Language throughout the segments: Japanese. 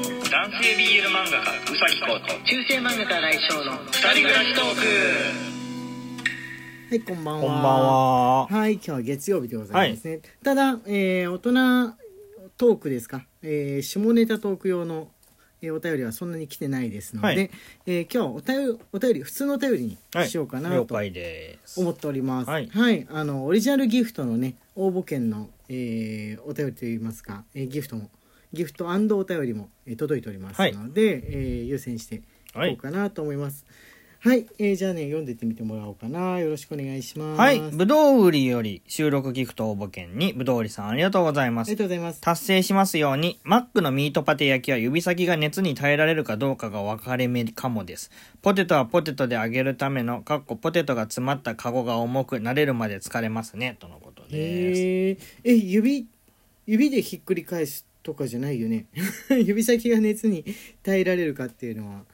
系 BL 漫画家うさぎこと中世漫画家来翔の二人暮らしトークはいこんばんはこんばんは。はい今日は月曜日でございますね、ただ、えー、大人トークですか、えー、下ネタトーク用の、えー、お便りはそんなに来てないですので、はいえー今日はお便りお便り普通のお便りはにいしようかな了と解です。思っております。は、はいいあのオリジナルギフトのね応募券の、えーお便りといいますか、えーギフトもギフトお便りも、えー届いておりますはいので、えー優先していこはいうかなと思います。はい、えーじゃあね読んでってみてもらおうかな。よろしくお願いします。はい。ありぶどう売りより収録ギフト応募券にぶどう売りさんありがとうございまがす。とうございます。達成しますように、マックのミートパテ焼きは指先が熱に耐えられるかどうかが分かれ目かもです。ポテトはポテトで揚げるための、かっこポテトが詰まったカゴが重く、慣れるまで疲れますね、とのことです。えー、え指指でひっくり返すとかじゃないよね。 指先が熱に耐えられるかっていうのは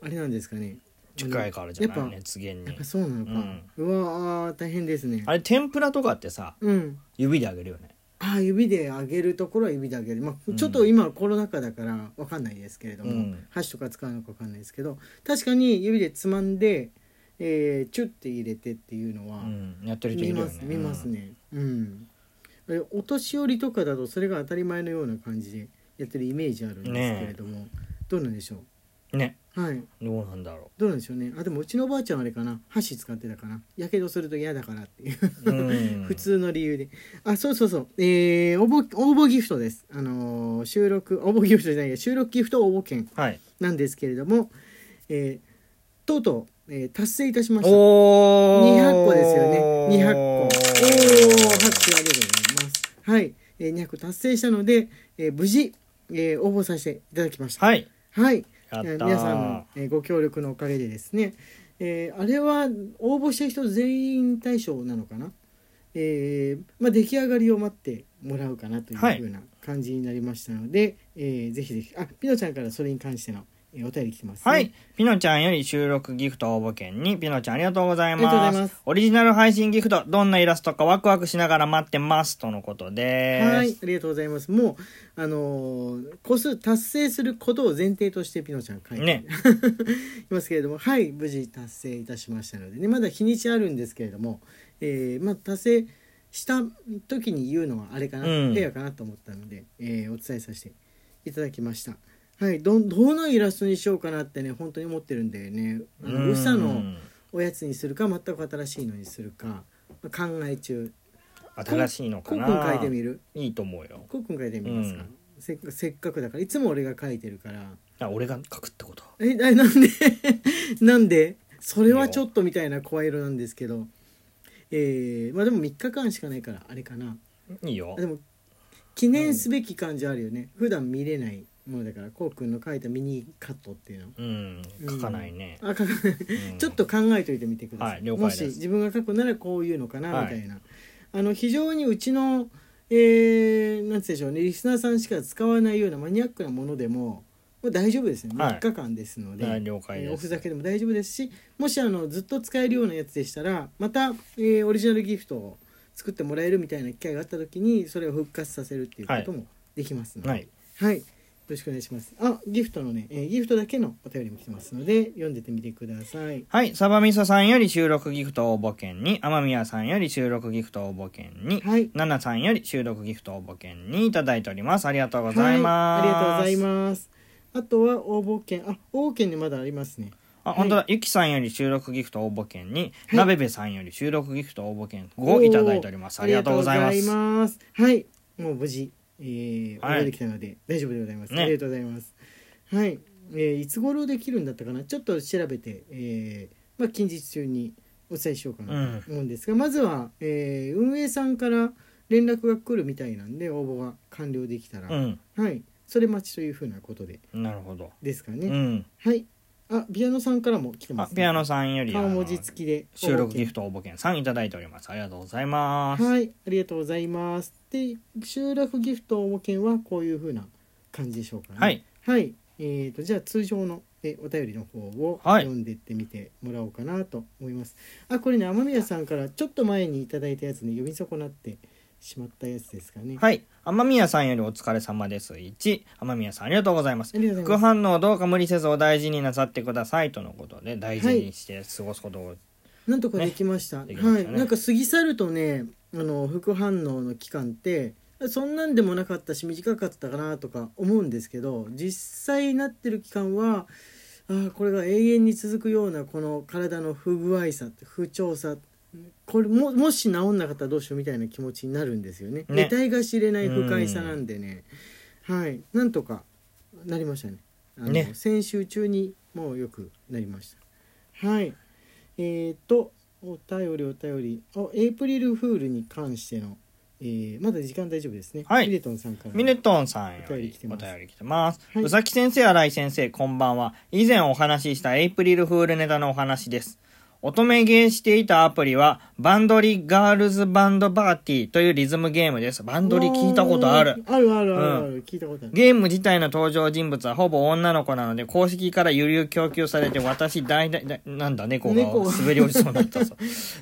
あれなんですかね。近いからじゃないやっぱ熱源やっにぱ。そうなのか。うわー大変ですね。あれ、天ぷらとかってさ、うん。指で揚げるよね。ああ指で上げるところは指で上げる、まあ、ちょっと今コロナ禍だから分かんないですけれども、うん箸とか使うのか分かんないですけど確かに指でつまんで、えーチュッて入れてっていうのはうん。やってる人い見るよまねす,、。見ますね。うんえお年寄りとかだとそれが当たり前のような感じでやってるイメージあるんですけれども、どうなんでしょうん。ね。うはいどうなんだろどうなんでしょうねあでもうちのおばあちゃんはあれかな箸使ってたかなやけどすると嫌だからっていうう。う ん普通の理由で。あ、そうそうそう。えー、応募、応募ギフトです。あのー収録、応募ギフトじゃないや、収録ギフト応募券はい。なんですけれども、えーとうとう、えー達成いたしました。おー200個ですよね。200個。おー、拍手ありがとうございます。はい。えー200個達成したので、えー無事、えー応募させていただきました。はい。はい。やったえーー皆さんの、えーご協力のおかげでですね、えーあれは応募した人全員対象なのかな、えーまあ、出来上がりを待ってもらうかなというふはいうな感じになりましたので、えーぜひぜひあピノちゃんからそれに関しての、えーお便り来てます、ね、はい。ピノちゃんより収録ギフト応募券に、ピノちゃんありがとうございありがとうまごす。ざいますオリジナル配信ギフト、どんなイラストかワクワクしながら待ってます。とのことです。はい、ありがとうございます。もう、あのー個数達成することを前提としてピノちゃん書いて、ねいますけれども、はい、無事達成いたしましたので、ね、まだ日にちあるんですけれども、えーまあ、達成した時に言うのはあれかな、うんペアかなと思ったので、えーお伝えさせていただきました。はい、どんどのイラストにしようかなってね本当に思ってるんだよね。あのうんうさのおやつにするか全く新しいのにするか、まあ考え中。新しいのかなコックン書いてみるいいと思うよ。コックン書いてみますか、うんせっせっかくだからいつも俺が書いてるからあ、俺が書くってことえあなん でなんでそれはちょっとみたいな声色なんですけどえー、まあでも3日間しかないからあれかないいよあで。も記念すべき感じあるよね、普段見れないものだからコウ君の書いたミニカットっていうのうん。書かないね。あ書かうんちょっと考えといてみてください、はい了も解ですし自分が書くならこういうのかなはいみたいな、あの非常にうちのえー、なんて言うんでしょうねリスナーさんしか使わないようなマニアックなものでももう大丈夫ですねはい3日間ですので、はい了解ですえーおふざけでも大丈夫ですしもしあのずっと使えるようなやつでしたらまた、えーオリジナルギフトを作ってもらえるみたいな機会があった時にそれを復活させるっていうこともできますので、はい。はい。よろしくお願いします。あ、ギフトのね、えーギフトだけのお便りも来てますので、読んでてみてください。はい。サバミソさんより収録ギフト応募券に、天宮さんより収録ギフト応募券に、はい。ナナさんより収録ギフト応募券にいただいております。ありがとうごございます。ありがとうございます。あとは応募券、あ、応募券にまだありますね。あ、本当だ。ゆきさんより収録ギフト応募券に、はいなべべさんより収録ギフト応募券5いただいております。おーありがとうございまありがす。とうございますはい。もう無事、えー、はい応募できたので、大丈夫でございます。ねありがとうございます。はい。えーいつ頃できるんだったかな、ちょっと調べて、えーまあ、近日中にお伝えしようかなうとん。思うんですがまずは、えー運営さんから連絡が来るみたいなんで応募が完了できたら、うん。はいそれ待ちというふうなことでなるほど。ですかうね、ん。はいあピアノさんからも来てまあ、す、ね、ピアノさんより、あ顔の文字付きで収録ギフトト応募券3いただいております。ありがとうございます。はいありがとうございますで収録ギフト応募券はこういうふうな感じでしょうかねはい、はいえー、とじゃあ通常のえお便りの方をはい読んでってみてもらおうかなと思います、あこれね雨宮さんからちょっと前にいただいたやつね読み損なってしまったやつですかね。はい。天宮さんよりお疲れ様です。1、天宮さんありがとうございます。ありがとうござ副います。反応どうか無理せずお大事になさってくださいとのことで、大事にして過ごすことを。なんとかできました。ねできまはしい。たねなんか過ぎ去るとね、あの副反応の期間ってそんなんでもなかったし短かったかなとか思うんですけど、実際なってる期間は。あーこれが永遠に続くようなこの体の不具合さ不調さこれももし治んなかったらどうしようみたいな気持ちになるんですよねね得体が知れない不快さなんでねはいなんとかなりましたねあのね先週中にもうよくなりましたはいえー、っとお便りお便りおエイプリルフールに関しての、えーまだ時間大丈夫ですね、はいミレトンさんからミネトンさんよお便りり来ておます便り来てます。はいうさき先生、新井先生、こんばんは。以前お話ししたエイプリルフールネタのお話です。乙女ゲーしていたアプリは、バンドリガールズバンドバーティーというリズムゲームです。バンドリ聞いたことある。あるあるあるある、聞いたことあるゲーム自体の登場人物はほぼ女の子なので、公式から有料供給されて、私、大々大、なんだ、猫が猫が滑り落ちそうになっ たぞ。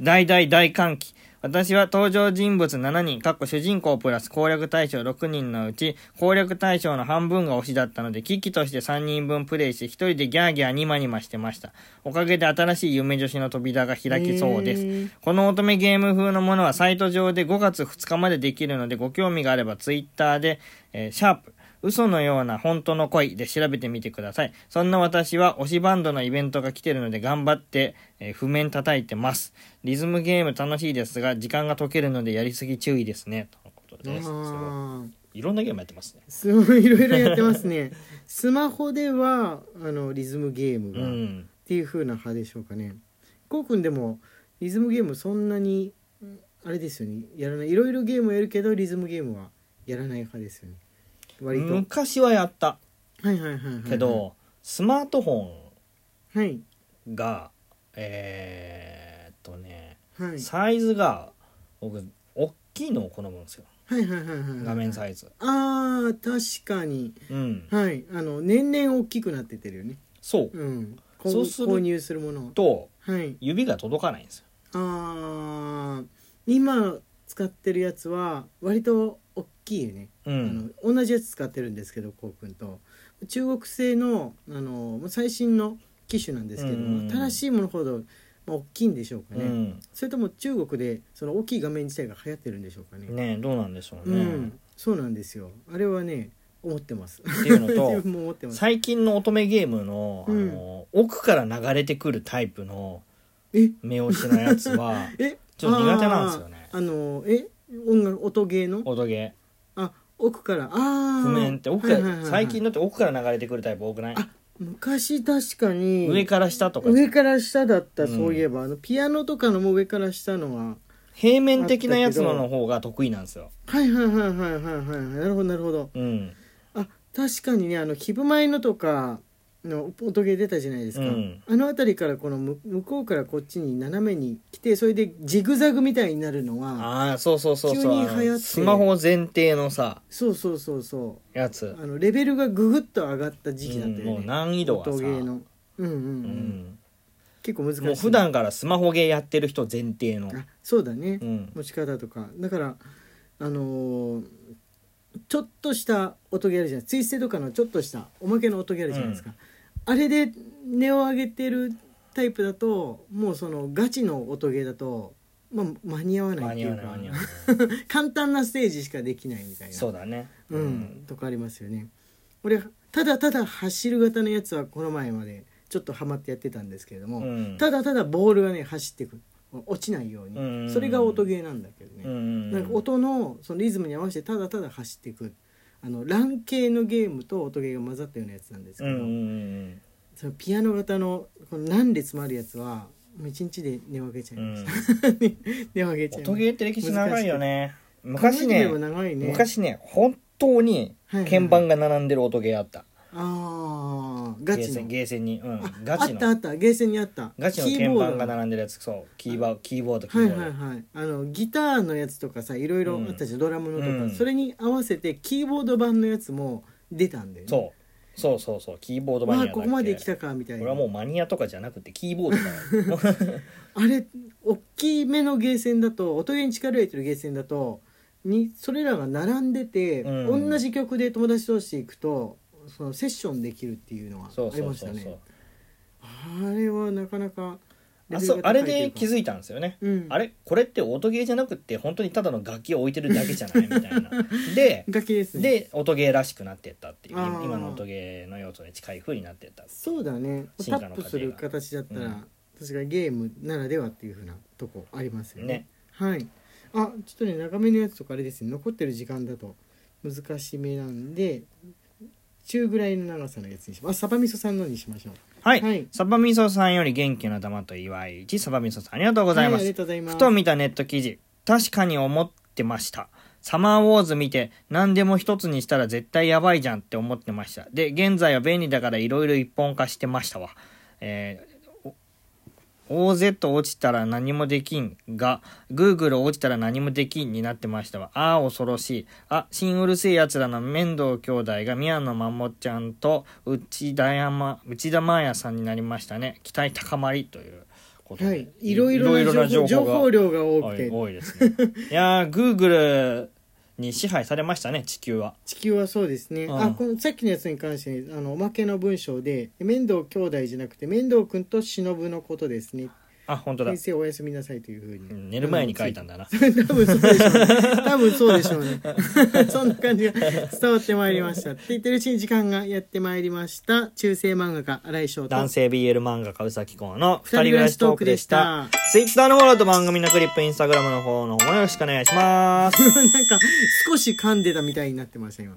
大大大歓喜。私は登場人物7人、かっこ主人公プラス攻略対象6人のうち、攻略対象の半分が推しだったので、危機として3人分プレイして、1人でギャーギャーニマニマしてました。おかげで新しい夢女子の扉が開きそうです。へーこの乙女ゲーム風のものはサイト上で5月2日までできるのでご興味があればツイッターで、えーシャープ嘘のような本当の恋で調べてみてください。そんな私は推しバンドのイベントが来てるので頑張って、えー譜面叩いてます。リズムゲーム楽しいですが時間が解けるのでやりすぎ注意ですね。とのことです。すごあーいいろんなゲームやってますね。すごいいろいろやってます ねスマホではあのリズムゲームうが、っん。ていう風な派でしょうかねこうくんでもリズムゲームそんなにうんあれですよねやらないいろいろゲームやるけどリズムゲームはやらない派ですよね割と、昔はやったはいはいはいはいけど、スマートフォはいンが、えー、っとね、はいサイズが僕大きいのを好むんですよはいはいはいはい画面サイズあー確かにうんはいあの年々大きくなってってるよねそううんこそうする購入するものはとはい指が届かないんですよあー今使ってるやつは割と大きいよね、うあんの同じやつ使ってるんですけどこうくんと中国製のあのもう最新の機種なんですけどうんうんうんも新しいものほど、まあ、大きいんでしょうかうね、んそれとも中国でその大きい画面自体が流行ってるんでしょうかねねどうなんでしょううね、んそうなんですよあれはね思ってますっていう 自の分も思ってとます最近の乙女ゲームのあの、奥から流れてくるタイプのえ目押しのやつは えちょっと苦手なんですよねあーあのえ音楽音ゲーの音ゲあ奥からああー譜面って奥から、最近ののって奥から流れてくるタイプ多くないあ昔確かに上から下とか上から下だった、うんそういえばあのピアノとかのも上から下のは平面的なやつのの方が得意なんですよはいはいはいはいはいはいなるほどなるほどうんあ確かにねあの「ヒブマイの」とかの音ゲー出たじゃないですか、うんあの辺りからこのむ向こうからこっちに斜めに来てそれでジグザグみたいになるのはああそうそうそうそう急に流行ってあのスマホ前提のさそうそうそうそやつうあのレベルがググッと上がった時期だったよね、うんもう難易度がさ音ゲーのうんうんううんん、結構難しいもう普段からスマホゲーやってる人前提の、あそうだね、うん、持ち方とかだからあのーちょっとした音ゲーあるじゃないツイステとかのちょっとしたおまけの音ゲーあるじゃないですか、あれで音を上げてるタイプだともうそのガチの音ゲーだと、まあ、間に合わない間ってにい合わうかない間に合わない簡単なステージしかできないみたいな そうだねうんとかありますよね俺ただただ走る型のやつはこの前までちょっとハマってやってたんですけれども、うんただただボールがね走ってくる落ちないように、うんそれが音ゲーなんだけどね、うんなんか音のそのリズムに合わせてただただ走っていくあのラン系のゲームと音ゲーが混ざったようなやつなんですうけんど、うんうんそのピアノ型のこの何列もあるやつはもう一日で寝分けちゃいうんうましんた、 寝分けちゃいました音ゲーって歴史長いよね昔考えてねみれば長いね昔ね本当にはいはい鍵盤が並んでる音ゲーあった、ああガゲーチセンのゲーセンに、うんあ、ガあチったあのったゲーセンにあったガチのキ鍵ーボード盤が並んでるやつそうキーボードキーボードキーはいボード、はいはいあのギターのやつとかさいろいろあったじゃん、ドラムのとか、うんそれに合わせてキーボード版のやつも出たんだよねそうそうそうそうキーボードマニアまあだっけここまで来たかみたいこなれはもうマニアとかじゃなくてキーボード だよあれ大きめのゲーセンだと音ゲーに力を入れてるゲーセンだとにそれらが並んでて、うん同じ曲で友達同士行くとそのセッションできるっていうのはそうありそまうしそたうねそうあれはなかなかあそうあれで気いづいたんですよね、うんあれこれって音ゲーじゃなくって本当にただの楽器を置いてるだけじゃないみたいな で楽器ですねで音ゲーらしくなってったっていうあー今の音ゲーの要素に近い風になってったそうだね進タ化の過ッ程がプする形だったら、うん確かにゲームならではっていうふうなとこありますよねねはいあちょっとね長めのやつとかあれですね残ってる時間だと難しめなんで中ぐらいの長さのやつにしますあサバ味噌さんのにしましょうはい、はいサバミソさんより元気の玉と岩井一サバミソさんありがとうございまはい、ありす、がとうございますふと見たネット記事確かに思ってましたサマーウォーズ見て何でも一つにしたら絶対やばいじゃんって思ってましたで現在は便利だからいろいろ一本化してましたわえーお大勢と落ちたら何もできんが、Google 落ちたら何もできんになってましたわ。ああ、恐ろしい。あ、新うるせえ奴らの面倒兄弟が宮野真守ちゃんと内田山、内田真也さんになりましたね。期待高まりということで。はいいろいろな情報情が報量が多多くいて多いですねいやー Google に支配されましたね地球は地球はそうですね、うんあこのさっきのやつに関してね、あのおまけの文章で「面倒兄弟じゃなくて面倒君と忍のことですね」あ本当だ先生おやすみなさいというふうに、うん寝る前に書いたんだな多分そうでしょう ね。多分そうでしょうね。 そんな感じが伝わってまいりました。って言ってるうちに時間がやってまいりました。中世漫画家、荒井翔男 と。性 BL 漫画家うさきこうの二二人暮人暮ららししトトーーククででししたた Twitter のフォローと番組のクリップ Instagram の方の方もよろしくお願いしますなんか、少し噛んでたみたいになってました、今。